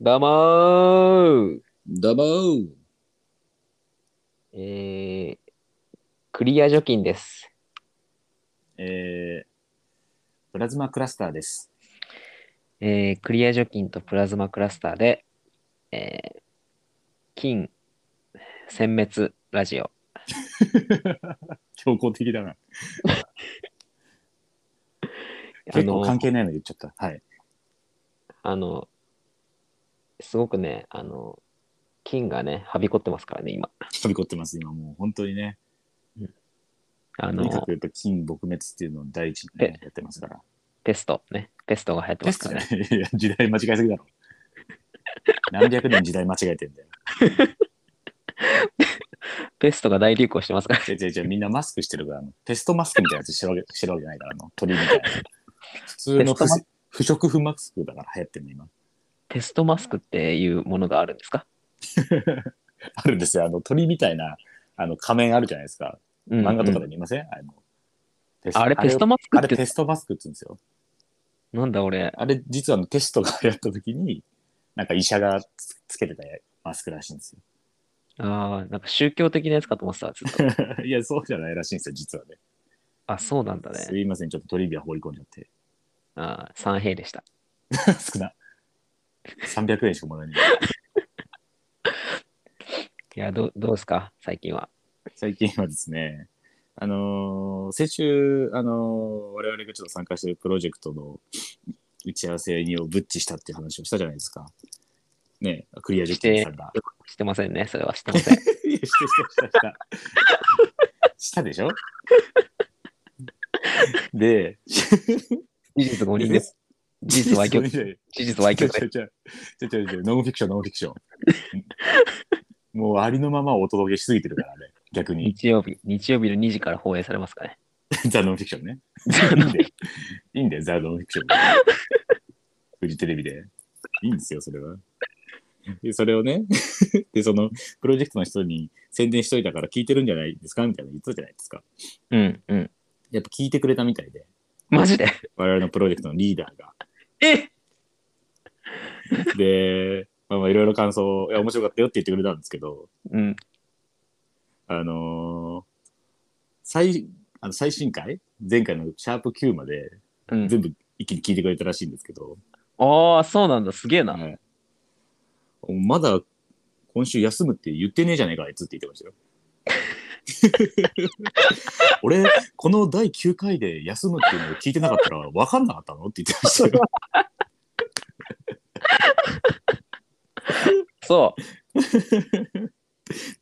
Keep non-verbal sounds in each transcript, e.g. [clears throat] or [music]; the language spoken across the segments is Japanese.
どうもーどうもーえー、クリア除菌です。えー、プラズマクラスターです。えー、クリア除菌とプラズマクラスターで、えー、菌、殲滅ラジオ。強硬的だな。あ結構の関、係ないの言っちゃった。はい。あの、すごくね、あの、菌がね、はびこってますからね、今。飛びこってます、今もう本当にね。あとにかのく、やっぱ金撲滅っていうのを第一に、ね、やってますから。ペストね、ペストが流行ってますからね。い [laughs] やいや、時代間違えすぎだろ。何百年時代間違えてんだよ。ペストが大流行してますから。違う違う違う、みんなマスクしてるから、あのペストマスクみたいなやつしてるわけしてるわけないから、あの鳥みたいな。普通ペの不ストマ不織布マスクだから流行ってるの、今。 [laughs] ペストマスクっていうものがあるんですかあるんですよ。あの鳥みたいなあの仮面あるじゃないですか。うん漫画とかうんで見ません、あのテスあれペストママスクあっれペて、ストマスクって言うんですよ。なんだ俺、あれ実はあのテストがやった時になんか医者がつつけてたマスクらしいんですよ。ああ、なんか宗教的なやつかと思ってた、ずっ [laughs] と。 [laughs] いやそうじゃないらしいんですよ実はね。あ、そうなんだすね。いませんちょっとトリビア放り込んじゃって [laughs] あー三平でした。少な。300円しかもらえない。 [laughs] いや、どうどうですか、最近は。最近はですね、あのー先週、あのー我々がちょっと参加してるプロジェクトの打ち合わせにをブッチしたっていう話をしたじゃないですか。ね、クリア受験さんが。してませんね、それはしてま [laughs] せん。いやしてしたしたした。したでしょで、事実誤認です。事実歪 [laughs] 曲。曲。事実歪曲違でう違う違う違う違うノンフィクション、ノンフィクション。もうありのままをお届けしすぎてるからね、逆に。日曜日、日曜日の2時から放映されますかね。ザ・ノンフィクションね。いいんだよ。いいんだよ、ザ・ノンフィクション。フジテレビで。いいんですよ、それは。で、それをね、で、その、プロジェクトの人に宣伝しといたから聞いてるんじゃないですかみたいなの言ってたじゃないですか。うん、うん。やっぱ聞いてくれたみたいで、マジで我々のプロジェクトのリーダーが。えで、まあまあ、いろいろ感想を、いや、面白かったよって言ってくれたんですけど、うん。あのー最、あの最新回前回のシャープ Q までうん、全部一気に聞いてくれたらしいんですけど、ああ、そうなんだ、すげえな。はい、まだ今週休むって言ってねえじゃねえかあいつって言ってましたよ。俺この第9回で休むっていうのを聞いてなかったら分かんなかったのって言ってましたよ。そ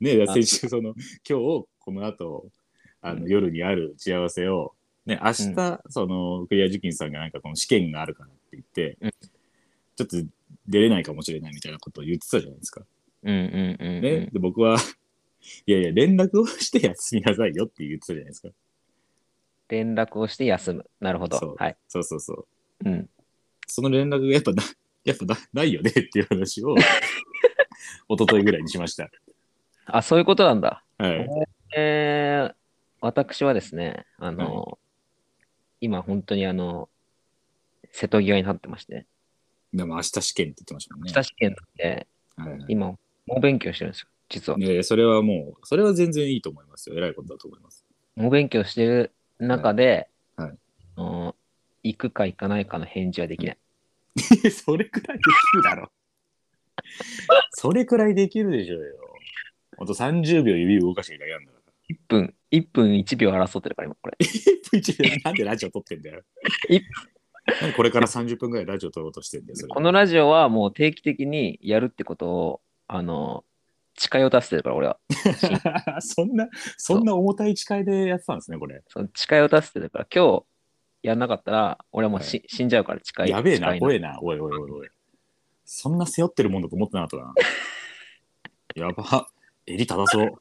ねえ先週その今日この後あの夜にある打ち合わせを、ね、明日、そのクリア受験さんがなんかこの試験があるからって言って、うんちょっと出れないかもしれないみたいなことを言ってたじゃないですか。う。うんうんうん、うんね、で僕はいやいや連絡をして休みなさいよって言ってたじゃないですか連絡をして休む。なるほそどう。はい。そうそうそううん。その連絡がやっぱなやっぱなないよねっていう [laughs] 話を一昨日ぐらいにしましたあ、そういうことなんだ。はいえー私はですね、あの、今本当にあの、瀬戸際になってまして、でも明日試験って言ってましたもんね下試験なんで、はいはい今、猛勉強してるんですよ、実は。いやいやそれはもうそれは全然いいと思いますよ偉いことだと思います猛勉強してる中で、はいはいあの行くか行かないかの返事はできない。いや [laughs] それくらいできるだろそれくらいできるでしょうよほんと30秒指動かしていただけなんだから1分、1分1秒争ってるから、今これ。 1秒なんでラジオ撮ってんだよ一なんでこれから30分ぐらいラジオ撮ろうとしてんだよそれこのラジオはもう定期的にやるってことを、あの、誓いを出してるから、俺は。 [laughs] そんな、そんな重たい誓いでやってたんですね、これ。その誓いを出してるから、今日、やんなかったら、俺はもうし、死んじゃうから誓い。やべえ誓な、い怖えな、おいおいおいおい。そんな背負ってるもんだと思ってなかったな。やば、襟正そう。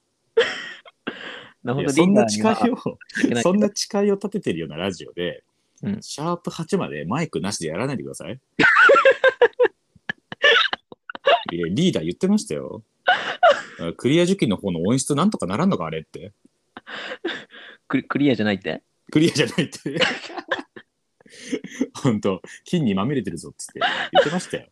なほいんやとそんなリー誓いダーにはを、いけないそんな誓いを立ててるようなラジオで、うんシャープ8までマイクなしでやらないでくださ [laughs] い。いやリーダー言ってましたよ。クリア受験の方の音質なんとかならんのか、あれって。クリクリアじゃないってクリアじゃない [laughs] って。本当金にまみれてるぞっつって言ってましたよ。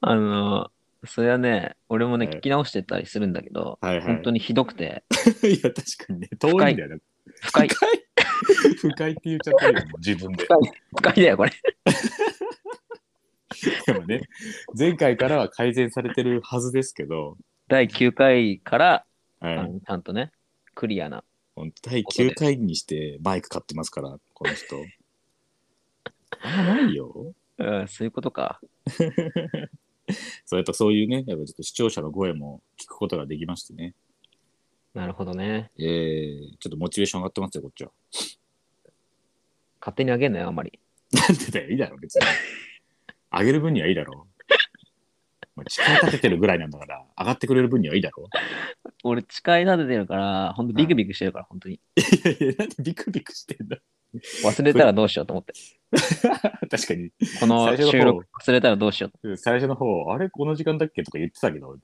あの、それはね、俺もね、はい聞き直してたりするんだけど、はいはい本当にひどくて、いや、確かにね、遠いんだよね。深い、深い深いって言っちゃってるよ、もう自分で。深い、深いだよ、これ。でもね、前回からは改善されてるはずですけど、第9回から、はあい、のちゃんとね、クリアな。ほんと第9回にしてバイク買ってますから、この人。 [laughs] あんまないよ。うん、そういうことか。そう、やっぱそういうね、やっぱちょっと視聴者の声も聞くことができましてね。なるほどね。えー、ちょっとモチベーション上がってますよ、こっちは。 [laughs] 勝手にあげんなよ、あんまり。なんでだよ、いいだろ、別に。上げる分にはいいだろ。もう力立ててるぐらいなんだから、上がってくれる分にはいいだろ。俺、誓い立ててるから、ほんとビクビクしてるから、本当に。 [laughs] いやいや、なんでビクビクしてんだ忘れたらどうしようと思って。 [laughs] 確かに、この最初の方収録忘れたらどうしようと。最初の方、あれ、この時間だっけとか言ってたけど、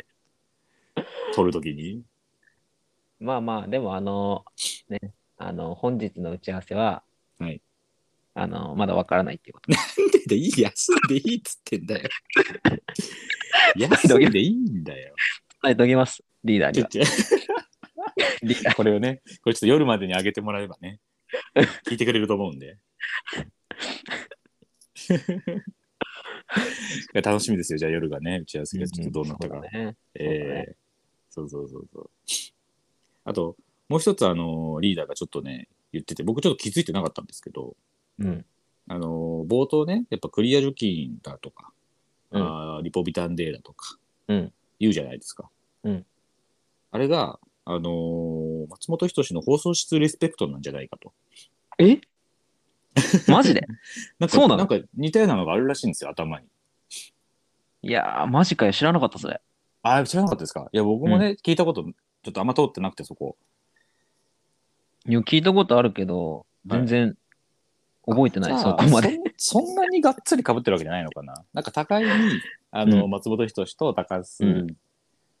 [laughs] 撮るときに。まあまあ、でも、あの、ね、あの、本日の打ち合わせは、はいあの、まだわからないっていうこと。なんでいい、休んでいいっつってんだよ。休んでいいんだよ。はい、どきます、リーダーちにょは。ちょリーダー [laughs] これをね、これちょっと夜までに上げてもらえばね、聞いてくれると思うんで。いや楽しみですよ、じゃあ夜がね、打ち合わせがちょっとどうなったか。そうだねえーそうそうそうそう。あと、もう一つ、あの、リーダーがちょっとね、言ってて、僕ちょっと気づいてなかったんですけど、うん。あの、冒頭ね、やっぱクリア除菌だとか、うんあーリポビタンデーだとか、うん言うじゃないですか。うんあれが、あのー松本人志の放送室リスペクトなんじゃないかと。え [laughs] マジでなんかそうなのなんか似たようなのがあるらしいんですよ、頭に。いやー、マジかよ。知らなかった、それ。ああ、知らなかったですかいや、僕もね、聞いたこと、ちょっとあんま通ってなくて、そこ。いや、聞いたことあるけど、全然覚えてない、じゃあそこまで。そんなにがっつりかぶってるわけじゃないのかな。なんか高いに、あの、う松本人志と高須、うん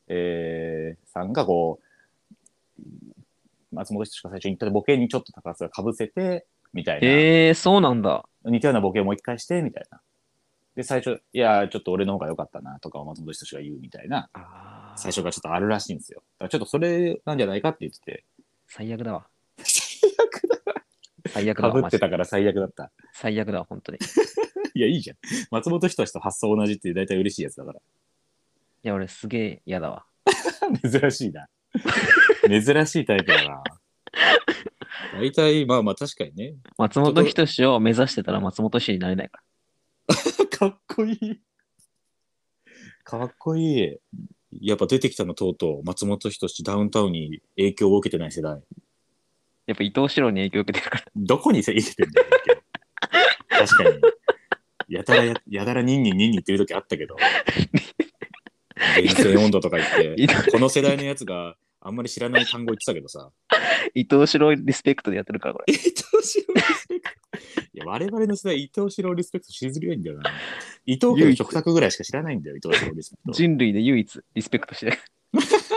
えーさんがこう、松本人志が最初に言ったボケにちょっと高須がかぶせて、みたいな、えー、そうなんだ。似たようなボケをもう一回して、みたいな。で、最初、いや、ちょっと俺の方が良かったな、とかを松本人志が言うみたいな、最初がちょっとあるらしいんですよ。だからちょっとそれなんじゃないかって言ってて、最悪だわ。 [laughs] 最悪だ。最悪だかわ。ぶマジってでたから最悪だった。 [laughs] 最悪だわ、本当に。いいや、いいじゃん。松本人志と発想同じって大体嬉しいやつだから。や、俺すげえ嫌だわ。珍しいな。珍しいタイプだな。大体、まあまあ確かにね。松本人志を目指してたら松本氏になれないかかっこいい。かっこいい。やっぱ出てきたのとうとう、松本人志ダウンタウンに影響を受けてない世代。ら。やっぱ伊藤四郎に影響受けてるから。どこにせ入れてんだよ、影響確かに。やたらや、やたらニンニンニンニンって言う時あったけ [laughs] ど。厳選温度とか言って、伊藤この世代のやつがあんまり知らない単語言ってたけどさ。 [laughs] 伊藤四郎リスペクトでやってるから、これ。伊藤四郎リスペクト。 [laughs] いや、我々の世代、伊藤四郎リスペクトしづらいんだよ [laughs] な。伊藤家の食卓ぐらいしか知らないんだよ、伊藤四郎リスペク人類で唯一リスペクトしてる。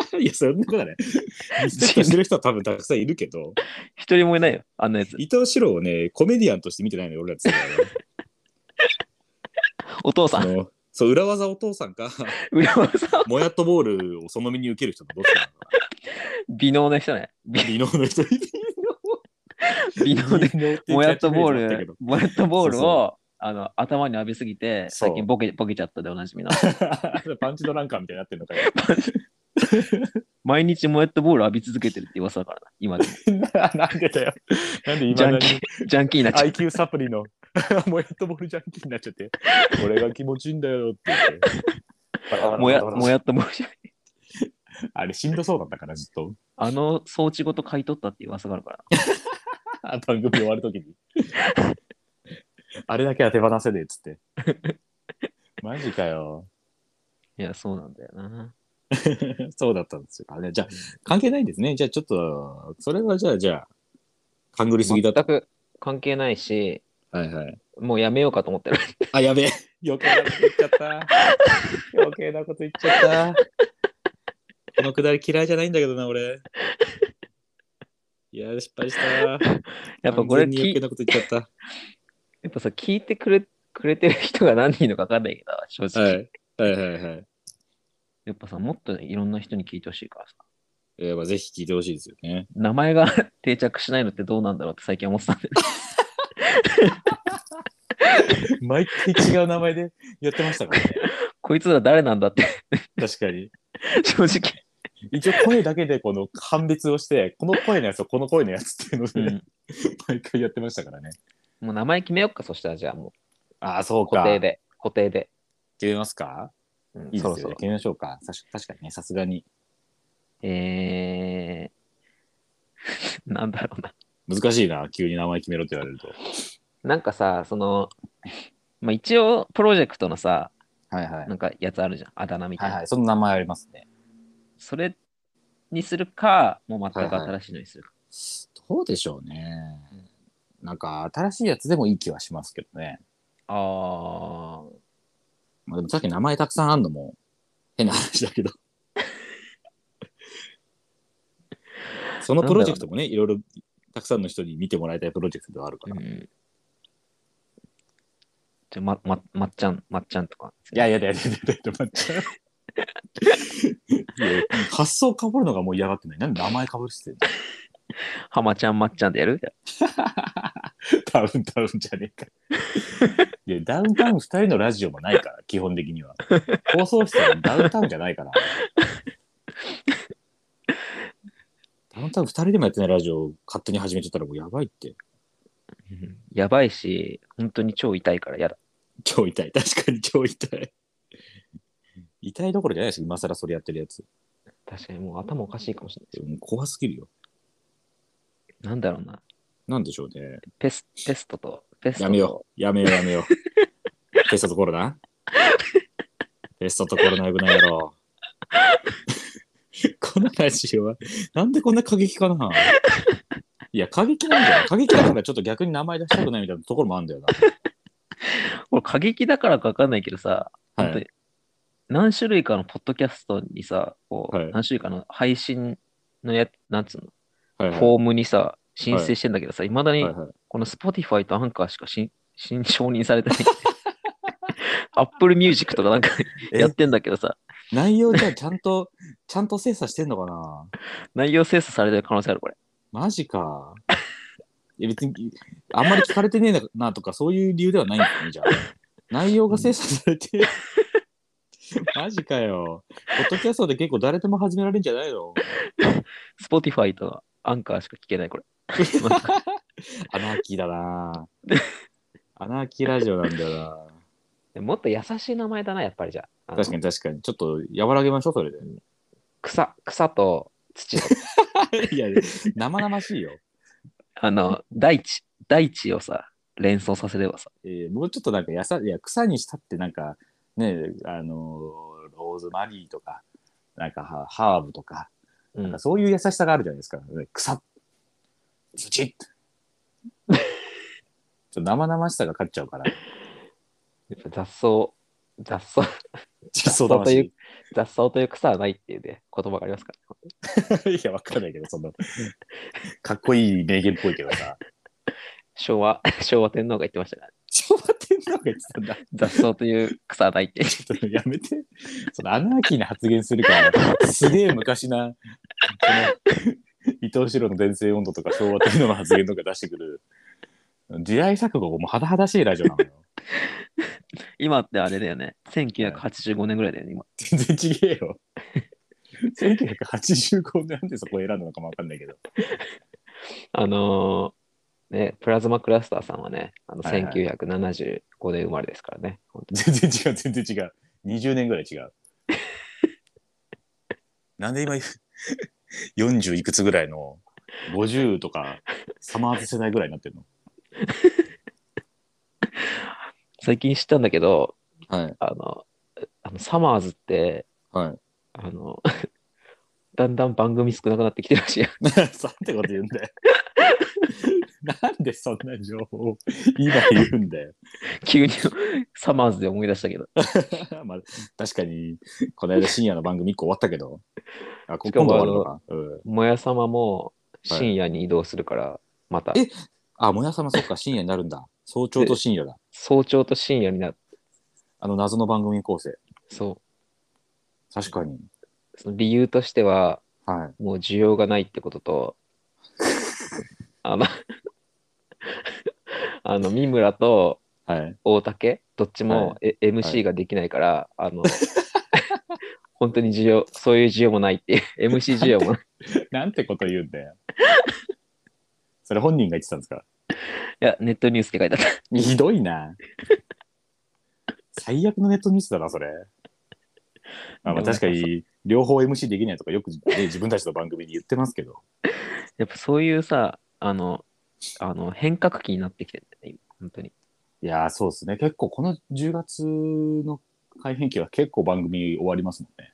ト。 [laughs] いや、そんなことはね。リスペクトしてる人は多分たくさんいるけ [laughs] ど、一人もいないよ、あんなやつ。伊藤四郎をね、コメディアンとして見てないのよ、俺らって世代は。お父さあ [laughs] ん、のそう、裏技お父さんか、 [laughs] 浦和さん、もやっとボールをその身に受ける人とどっちなのか微能な人 [laughs] ね。微な。微能の人。微能で、能っていうもやっとボーキャッチフレーズもあっル、もやたけどっとボールをそうあの頭に浴びすぎて、そう最近ボケボケちゃったでおなじみの。 [laughs] パンチドランカーみたいになってるのかよ。毎日もやっとボール浴び続けてるって噂だからな、今で [laughs] も。 [laughs] ななんでだよ。なんでジ今ャンキー、ジャンキーになっちゃう。 IQ サプリの [laughs] もやっとボールジャンキーになっちゃって、これが気持ちいいんだよって言って。もや、もやっとボールじゃない。あれしんどそうだったからずっと。あの装置ごと買い取ったっていう噂があるからな。あ番組終わるときに。あれだけは手放せねえっつって。マジかよ。いや、そうなんだよな。そうだったんですよ。あれじゃあ、関係ないんですね。じゃあちょっと、それはじゃあ、じゃあ、勘ぐりすぎだった全。く関係ないし、はいはい。もうやめようかと思 [laughs] ってる。あ、やべえ。余計なこと言っちゃった。余計なこと言っちゃった。このくだり嫌いじゃないんだけどな、俺。いや、失敗した。やっぱこれ完全に余計き、なこと言っちゃった。やっぱさ、聞いてくれくれてる人が何人いるのか分かんないけど、正直。はい。はいはいはい。やっぱさ、もっといろんな人に聞いてほしいからさ。えーまあ、ぜひ聞いてほしいですよね。名前が [laughs] 定着しないのってどうなんだろうって最近思ってたんだよね。 [laughs] 毎回違う名前でやってましたからね。こいつら誰なんだって、 [laughs] 確かに。正直。一応声だけでこの判別をして、この声のやつとこの声のやつっていうので、うん。毎回やってましたからね。もう名前決めようか、そしたらじゃあもああ、そうう固定。で。固定で。決めますかうんいいですそよ、ろね。そろ決。めましょうか。さし確かにね、さすがに。えー、 [laughs] なんだろうな。難しいな、急に名前決めろって言われると。なんかさ、その、まあ、一応プロジェクトのさ、はいはいなんかやつあるじゃん。あだ名みたはいいな。はい、その名前ありますね。それにするか、もう全くはいはい新しいのにするか。どうでしょうね。なんか、新しいやつでもいい気はしますけどね。あー、まあ、でもさっき名前たくさんあるのも、変な話だけど。そのプロジェクトもね、いろいろ、たくさんの人に見てもらいたいプロジェクトではあるから。ういん。じゃあ、ま、ま、まっちゃん、まっちゃんとか。やいやいやいやいやいや、待って。いや発想かぶるのがもう嫌がってない。なんで名前かぶるしてんのはまちゃん、まっちゃんでやるダウンタウンじゃねえか。いや、ダウンタウン2人のラジオもないから、基本的には。放送室はダウンタウンじゃないから。ダウンタウン2人でもやってないラジオを勝手に始めちゃったらもうやばいって。うんやばいし、本当に超痛いからやだ。超痛い。確かに超痛い。痛いどころじゃないです今更それやってるやつ。確かにもう頭おかしいかもしれないうん怖すぎるよ。です。なんだろうな。なんでしょうね。ペス、ペストと、ペストとやめよう。やめようやめ [laughs] よう。テストとコロナテストとコロナ危ないやろ。 [laughs] このラジオは、なんでこんな過激かないや、過激なんだよ。過激だからちょっと逆に名前出したくないみたいなところもあるんだよこれ過激だからかわかんないけどさ、な。本当はい。に何種類かのポッドキャストにさ、こうはい何種類かの配信のや、なんつうの、はいはい。フォームにさ、申請してんだけどさ、いまだにはいはいこの Spotify とアンカーしかし新承認されてない。Apple Music とかなんかえやってんだけどさ、内容じゃあちゃんと、ちゃんと精査してんのかな内容精査されてる可能性ある、これ。マジか。いや別に、あんまり聞かれてねえなとか、そういう理由ではないんだね、じゃあ。内容が精査され [laughs] て。マジかよ。ポッドキャストで結構誰でも始められるんじゃないの Spotify とアンカーしか聞けない、これ。 [laughs] アナーキーだな。アナーキーラジオなんだよでもっと優しい名前だな、やっぱりじゃあ。あな。の確かに確かに。ちょっと和らげましょう、それで。草、草と [laughs] 土と、いや、生々しいよ。あの、大地、大地をさ、連想させればさ、えーもうちょっとなんかやさいや草にしたってなんかねあのーローズマリーとかなんかハハーブとか,、うんなんかそういう優しさがあるじゃないですか、ね、草土 [laughs] ちょっと生々しさが勝っちゃうからやっぱ雑草、雑草、 [laughs] 実草という雑草という草はないっていうね、言葉がありますから、 [laughs] いやわかんないけどそんなかっこいい名言っぽいけどさ昭和、 [laughs] 昭和天皇が言ってましたから、昭和天皇が言ってたんだ雑草という草はないって。ちょっとやめて。そのアナーキーな発言するから、すげえ昔な、その伊藤四郎の伝説温度とか昭和天皇の発言とか出してくる、時代錯誤がもう甚だしいラジオなのよ。今ってあれだよね、1985年ぐらいだよね、今。全然ちげえよ。1985年なんでそこ選んだのかもわかんないけど。あのーね、プラズマクラスターさんはね、あのはいはい1975年生まれですからね、本当に全然違う、全然違う。20年ぐらい違う。なんで今、40いくつぐらいの、50とか、サマーズ世代ぐらいになってるの最近知ったんだけど、はい、あの、あのサマーズって、はい。あの、 [laughs] だんだん番組少なくなってきてるらしいよ。 [laughs] なんてこと言うんだよ。なんでそんな情報を今言うんだよ。 [laughs] 急にサマーズで思い出したけど。まあ、確かに、この間深夜の番組1個終わったけど、あ、こしか今も度終わるのか。うん、もや様も深夜に移動するから、また [laughs] え。あ、もやさまそっか、深夜になるんだ。早朝と深夜だ。早朝と深夜になる。あの謎の番組構成。そ確かに。う。その理由としては、はい。もう需要がないってことと、あの、あの、三村とはい。大竹、どっちもはえ MC ができないから、あの、本当に需要、そういう需要もないっていう、MC 需要 [laughs] もない。なんてこと言うんだ [laughs] よ。それ本人が言ってたんですかいや、ネットニュースって書いてあった。ひどい [laughs] な。最悪のネットニュースだな、それ。あまあ、確かに、両方 MC できないとか、よく、ね、自分たちの番組に言ってますけど。やっぱそういうさ、あの、あの変革期になってきてるんだよね、今本当に。いやー、そうですね。結構、この10月の改編期は結構番組終わりますもんね。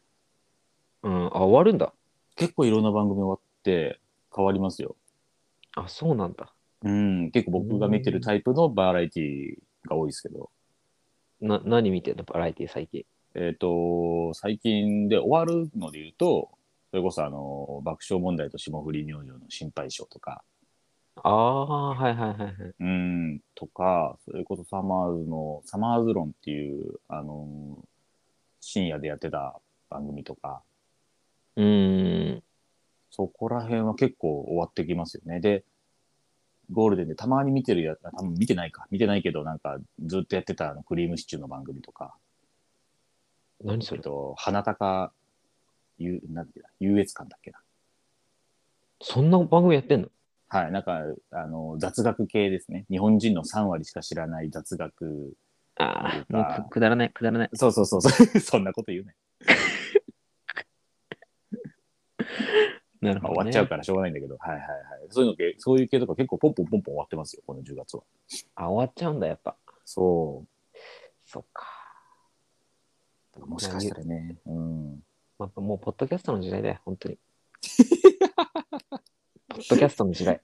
うん、あ、終わるんだ。結構いろんな番組終わって変わりますよ。あ、そうなんだ。うん、結構僕が見てるタイプのバラエティが多いですけど。な、何見てんのバラエティ最近。えっ、と、最近で終わるので言うと、それこそあの、爆笑問題と霜降り明星の心配性とか、ああ、はいはいはいはい。うん、とか、それこそサマーズの、サマーズ論っていう、あの、深夜でやってた番組とか、うーん。そこら辺は結構終わってきますよね。で、ゴールデンでたまに見てるやつ、あ多分見てないか、見てないけど、なんかずっとやってたあのクリームシチューの番組とか、何そえっれと、花高、ゆなんていう優越感だっけな。そんな番組やってんのはい、なんか、あの、雑学系ですね。日本人の3割しか知らない雑学。ああ、なもんうかくくだらない、くだらない。そうそう [laughs] そうそう、そんなこと言うね。なるまあ、ほど、終わっね。ちゃうからしょうがないんだけど、はいはいはい。そういうの系、そういう系とか結構ポンポンポンポン終わってますよ、この10月は。あ、終わっちゃうんだ、やっぱ。そそっか。う。もしかしたらね、うん。まあ、もう、ポッドキャストの時代だよ、本当 [laughs] に。ポッドキャストの時代。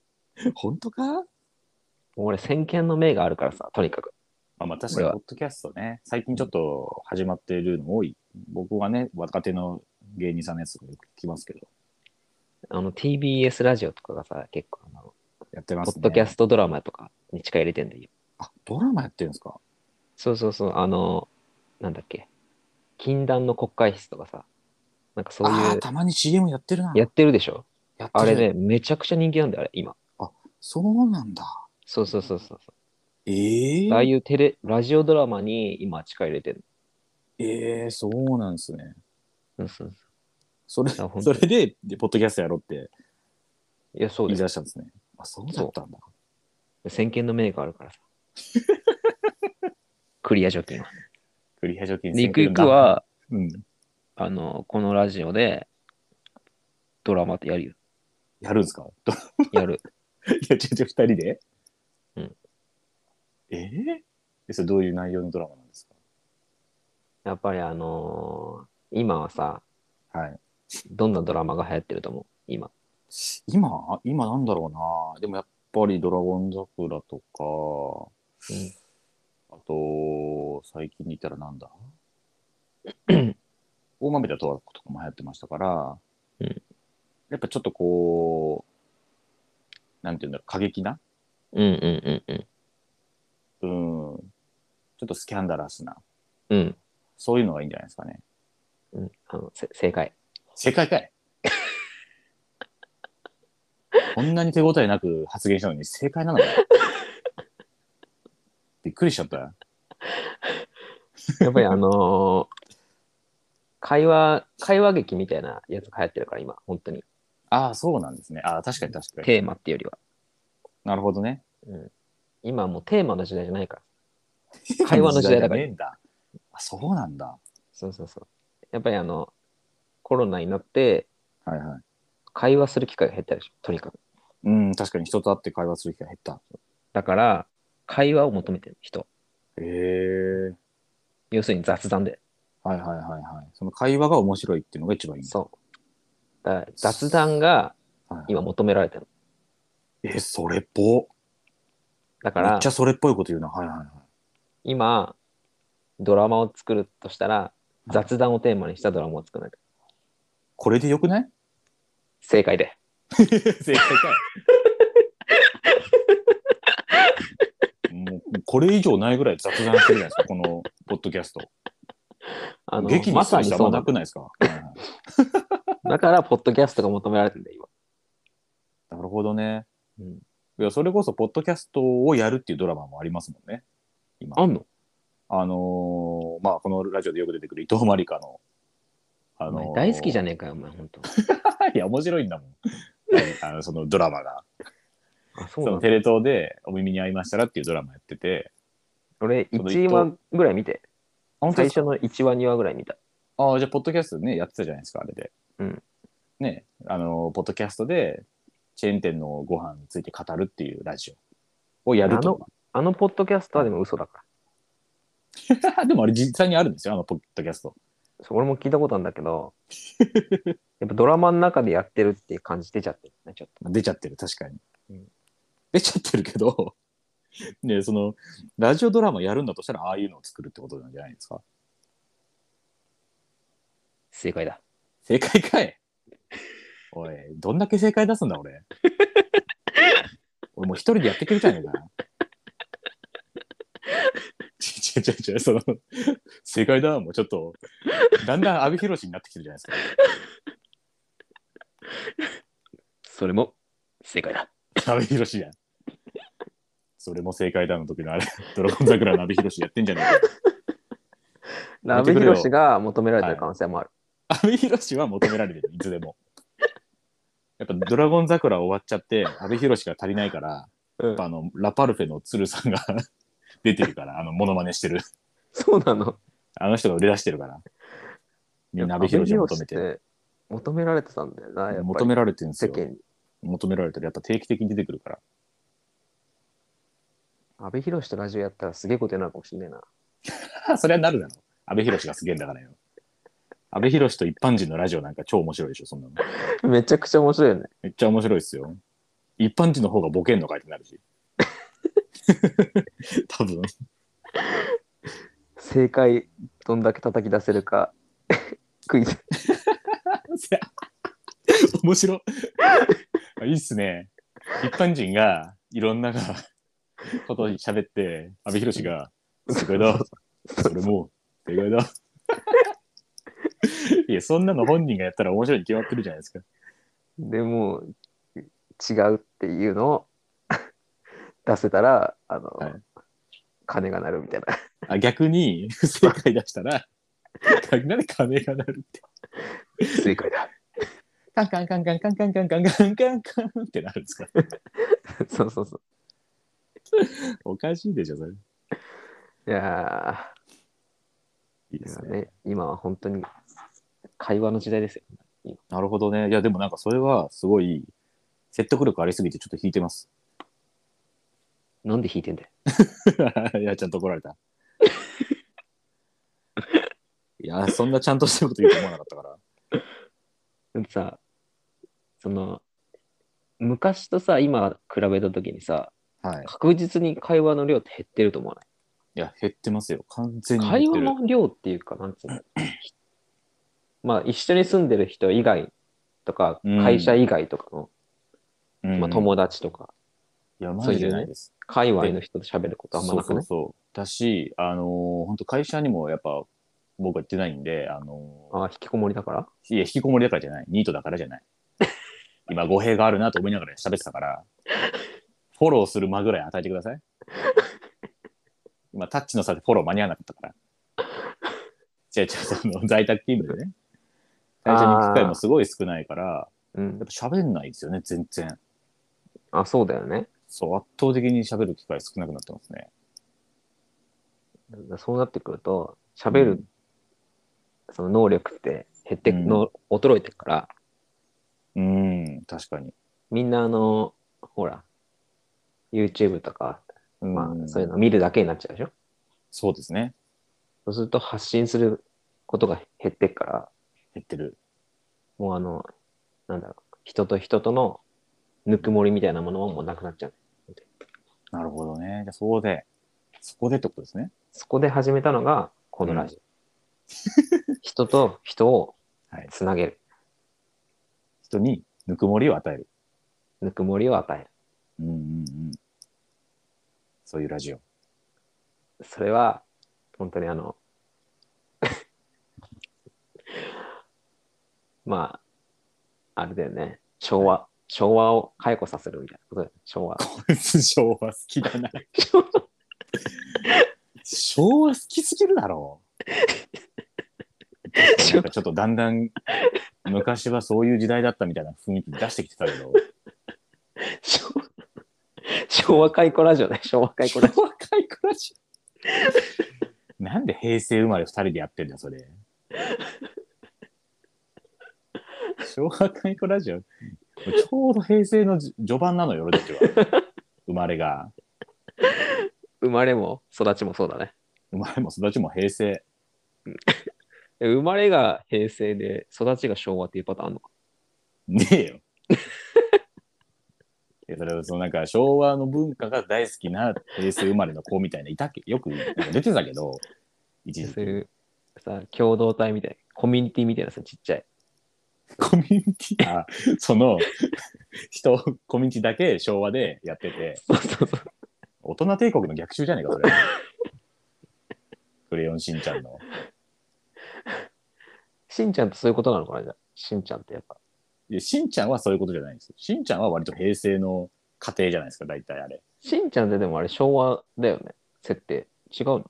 本当かもう俺、先見の明があるからさ、とにかく。まあまあ確こかれに、はポッドキャストね、最近ちょっと始まってるの多い。僕はね、若手の芸人さんのやつとかよく聞きますけど、あの、TBS ラジオとかがさ、結構、あの、やってまポすね。ッドキャストドラマとかに力入れてんだよ。あ、ドラマやってるんですかそうそうそう、あの、なんだっけ、禁断の国会室とかさ、なんかそうああいー、う、たまに CM やってるな。やってるでしょやってるあれ。ね、めちゃくちゃ人気なんだよ、あれ、今。そうなんだ。そうそうそうそう。ええああいうテレ、ラジオドラマに今力入れてる。ええそうなんですね。うんそうそそれ、いや本そ当れで、でポッドキャストやろうってう。いや、そう言です。い出したんですね。あ、そうだったんだ。先見の明があるから [laughs] さ。クリア貯金は。クリア貯金で、ゆくゆく、は、うん、あの、このラジオで、ドラマってやるよ。やるんですか [laughs] いやる。や、ちょちょ、二人でうん。ええでそれどういう内容のドラマなんです [laughs] やっぱりあのー今はさ、かはい。どんなドラマが流行ってると思う今。今今なんだろうな。でもやっぱりドラゴン桜とか、あと、最近で言ったらな [clears throat] んだ大豆田とわとかも流行ってましたから、うんやっぱちょっとこう、なんていうんだろう、過激な、うんうんうんうん。うん、ちょっとスキャンダラスな、うん。そういうのがいいんじゃないですかね。うん、あのせ正解。正 [laughs] 解かいこんなに手応えなく発言したのに正解なのかよびっくりしちゃったよ。やっぱりあ [laughs] のー会話、会話劇みたいなやつが流行ってるから今、本当に。ああ、そうなんですね。ああ、確かに確かに。テーマっていうよりは。なるほどね。うん、今はもうテーマの時代じゃないから。会話の時代だからねえんだ。あ、そうなんだ。そうそうそう。やっぱりあの、コロナになって、はいはい。会話する機会が減ったでしょ、とにかく。うん、確かに人と会って会話する機会減った。だから、会話を求めてる人。へえ。要するに雑談で。はいはいはいはい。その会話が面白いっていうのが一番いいんだ。そう。だから雑談がはいはい今求められてるの。え、それっぽ。だかめっらちゃ、それっぽいこと言うな。はいはいはい。今、ドラマを作るとしたら、雑談をテーマにしたドラマを作らないと。これでよく [laughs] ない正解で。正解かい。もうこれ以上ないぐらい雑談してるじゃないですか、このポッドキャスト。あの、劇まにささにしそたうならんだなくないですか、はいはいだから、ポッドキャストが求められてるんだよ、なるほどね。今。うん。いや、それこそ、ポッドキャストをやるっていうドラマもありますもんね。今。あんのあのーまあ、このラジオでよく出てくる伊藤まりかの、あお前大好きじゃん。ゃねえかよ、お前、本当。 [laughs] いや、面白いんだも [laughs] ん。はいあのそのドラマが。あ、そそうなのんだテ。レ東で、お耳に合いましたらっていうドラマやってて。俺、その1話ぐらい見て。本最初の1話、2話ぐらい見た。ああ、じゃあ、ポッドキャストね、やってたじゃないですか、あれで。うん。ね、あのー、ポッドキャストで、チェーン店のご飯について語るっていうラジオをやると。あのポッドキャストはでも嘘だか [laughs] でも、あれ実際にあるんですよ、あのポッドキャスト。ら。そう俺も聞いたことあるんだけど、やっぱドラマの中でやってるっていう感じ出ちゃってるね、ちょっ出ちゃってる、確かに。うん出ちゃってるけど、 [laughs] ね、その、ラジオドラマやるんだとしたら、ああいうのを作るってことなんじゃないですか。と。正解だ。正解 [laughs] かいおい、どんだけ正解出すんだ、俺。 [laughs] 俺もう一人でやってくれじゃねえ [laughs] かな。違う違う違う、その、正解だ、もうちょっと、だんだん阿部寛になってきてるじゃないですか。それも正解だ。阿部寛やん。それも正解だの時のあれ、ドラゴン桜の阿部寛やってんじゃねえか。阿やって部くれよ寛が求められてる可能性もある。阿部寛は求められ [laughs] てる、いつでも。やっぱドラゴン桜終わっちゃって、阿部寛が足りないから、うやんっぱあの、ラパルフェの鶴さんが [laughs] 出てるから、あの、モノマネしてる。そうなの。あの人が売り出してるから。みんな阿部寛を求め阿部て。寛って求められてたんだよな、やっぱり求められてるんです世よ。間に。求められてる。やっぱ定期的に出てくるから。阿部寛とラジオやったらすげえことになるかもしんないな。あ [laughs] それはなるだろ。阿部寛がすげえんだからよ。阿部寛と一般人のラジオなんか超面白いでしょ、そんなの。めちゃくちゃ面白いよね。めっちゃ面白いですよ。一般人の方がボケんのかいってな [laughs] るし。多分。正解どんだけ叩き出せるか [laughs] クイズ面白いいいっすね一般人がいろんながことを喋って阿部寛が「正解だそれもう正解だ」いやそんなの本人がやったら面白いに決まってるじゃないですかでもう違うっていうのを [laughs] 出せたらあの、はい金が鳴るみたい [laughs] なあ逆に不正解出したらなんで金が鳴るって正解 [laughs] だカンカンカンカンカンカンカンカンカンカンカンってなるんですかそうそうそおかしいでしょそれういやいいーですいやねね今は本当に会話の時代ですよなるほどねいやでもなんかそれはすごい説得力ありすぎてちょっと引いてますなんで弾いてんだよい [laughs] や、ちゃんと怒られた。いや、そんなちゃんとしたこと言うと思わなかったから。だってさその昔とさ今比べた時にさはい。確実に会話の量って減ってると思わないいや、減ってますよ。完全に減って会る。話の量っていうか、なんつうの。まあ、一緒に住んでる人以外とか、うん会社以外とかの、うんまあ、友達とか、いや、そうマいうジでないです。界隈の人と喋ることあんまそうなくそなういそう。だし、あのー、本当会社にもやっぱ、僕は行ってないんで、あのああ、引きこもりだからー、いや、引きこもりだからじゃない。ニートだからじゃない。今、語弊があるなと思いながら喋ってたから、フォローする間ぐらい与えてください。今、タッチの差でフォロー間に合わなかったから。違う違う、その在宅勤務でね。最初に行く機会もすごい少ないから、うんやっ。ぱ喋んないですよね、全然。あ、そうだよね。そう、圧倒的に喋る機会少なくなってますね。そうなってくると、喋る、その能力って減って、うんの衰えてくから、うん、うん、確かに。みんなあの、ほら、YouTube とか、うんまあ、そういうの見るだけになっちゃうでしょ、そうですね。そうすると発信することが減ってくから、減ってる。もうあの、なんだろう、人と人とのぬくもりみたいなものはもうなくなっちゃう。なるほどね。じゃあ、そこで、そこでってことですね。そこで始めたのが、このラジオ。人と人をはいつなげる。人にぬくもりを与える。ぬくもりを与える。うんうんうん。そういうラジオ。それは、本当にあの、 [laughs] まあ、あれだよね。昭和、昭和を解雇させるみたいなことだよね。昭和。 [laughs] 昭和好きだな。昭和好きすぎるだろう。なんかちょっとだんだん昔はそういう時代だったみたいな雰囲気出してきてたけ [laughs] ど。昭和 [laughs] 昭和解雇ラジオね。昭和解雇ラジ昭和解雇ラジオなんで平成生まれ二人でやってんだよそれ。昭和解雇ラジオちょうど平成のじ序盤なのよ俺たちは。生まれが。オ。生まれも育ちもそうだね。生まれも育ちも平成。え生まれが平成で、育ちが昭和っていうパターンあんのか。ねえよ。 [laughs] いやそれはそのなんか昭和の文化が大好きな平成生まれの子みたいないたっけよくなんか出てたけど一時そういう、さ、共同体みたいな、コミュニティみたいなさ、ちっ [laughs] ちゃい。コミュニティあその人コミュニティだけ昭和でやっててそうそうそう。大人帝国の逆襲じゃないかそれクレヨンしんちゃんのしんちゃんってそういうことなのかなじゃあしんちゃんってやっぱ。いやしんちゃんはそういうことじゃないんですよしんちゃんは割と平成の家庭じゃないですか大体あれしんちゃんってでもあれ昭和だよね。設定。違うの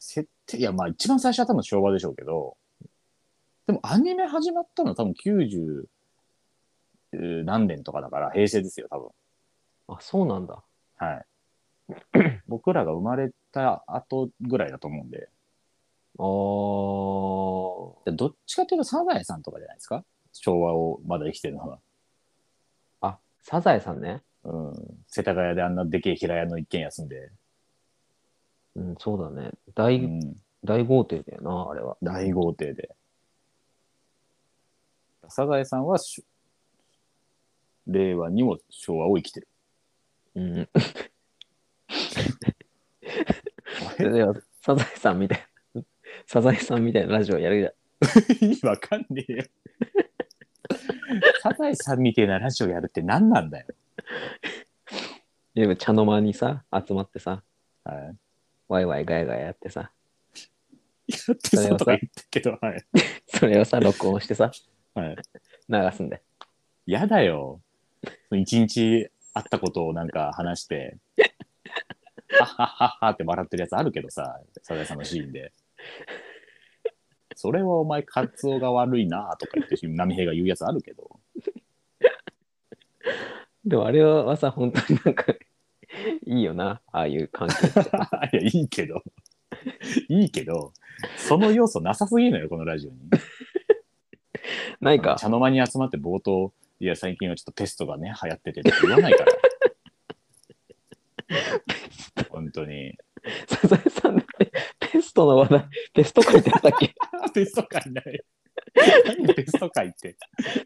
設定いやまあ一番最初は多分昭和でしょうけどでもアニメ始まったのは多分90えー何年とかだから平成ですよ多分あ、そうなんだ。はい僕らが生まれた後ぐらいだと思うんであー。でどっちかというとサザエさんとかじゃないですか昭和をまだ生きてるのは、あ、サザエさんね。うん、世田谷であんなでけえ平屋の一軒家住んで、うん、そうだね。大、うん、大豪邸だよな、あれは。大豪邸でサザエさんはし令和にも昭和を生きてるうん。 [laughs] ではサザエさんみたいな、サザエさんみたいなラジオやるじゃん。意味わかんねえよ。サザエさんみてえなラジオやるって何なんだよ。でも茶の間にさ、集まってさ、はい。ワイワイガヤガヤやってさ、やってそうとか言ったけど、はい。それをさ、録音してさ、はい。流すんで。やだよ。一日あったことをなんか話して、はっはっはっはって笑ってるやつあるけどさ、サザエさんのシーンで。それはお前、カツオが悪いなとか言って、波平が言うやつあるけど。 [laughs] でもあれはさ、本当になんか、いいよな、ああいう関係。いや、いいけど。いいけど、その要素なさすぎるのよ、このラジオに。ないか。茶の間に集まって冒頭、いや、最近はちょっとペストがね、流行っててって言わないから。本当に。サザエさんだってペストの話題、ペスト会ってやったっけペスト会ない。何ペスト会って。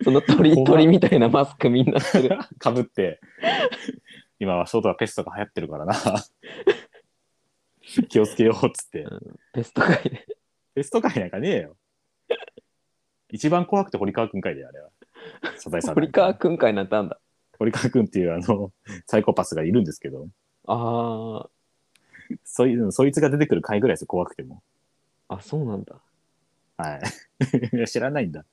その鳥、怖い鳥みたいなマスクみんなしてる。かぶって、今は外はペストが流行ってるからな。気をつけようっつって。ペスト会で。ペスト会なんかねえよ。一番怖くて堀川くん会だよ、あれは。サザエさんなんか。堀川くん会なんてあんだ。堀川くんっていうあの、サイコパスがいるんですけど、あそいそいつが出てくる回ぐらいですよ、怖くても。あ、あ、そうなんだ。はい。い [laughs] や知らないんだ。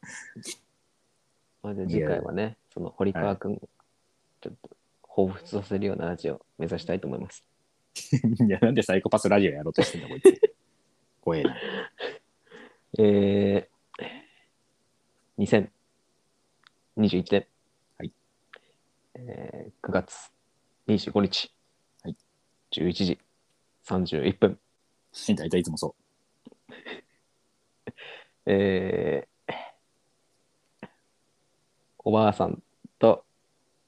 まあ、じゃあ次回はね、その堀川くん、ちょっと彷彿とさせるようなラジオを目指したいと思います。いや、なんでサイコパスラジオやろうとしてんだ、こいつ。怖えな。えー、2021年、はいえー、9月25日、はい、 11時31分、大体いつもそえー、おばあさんと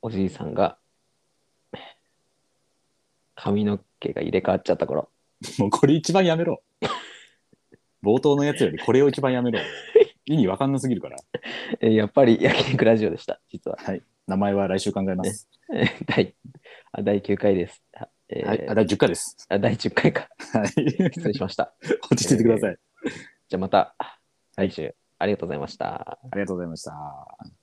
おじいさんが髪の毛が入れ替わっちゃった頃う。もうこれ一番やめろ。冒頭のやつよりこれを一番やめろ。意味わかんなすぎるから。えーやっぱり焼肉ラジオでした、実は。 [laughs] 名前は来週考えます。えー第あ第9回です。あえーはい。あ、第10回です。あ第10回か。はい。失礼しました。落ち着いてください。じゃあまた来週、ありがとうございました。ありがとうございました。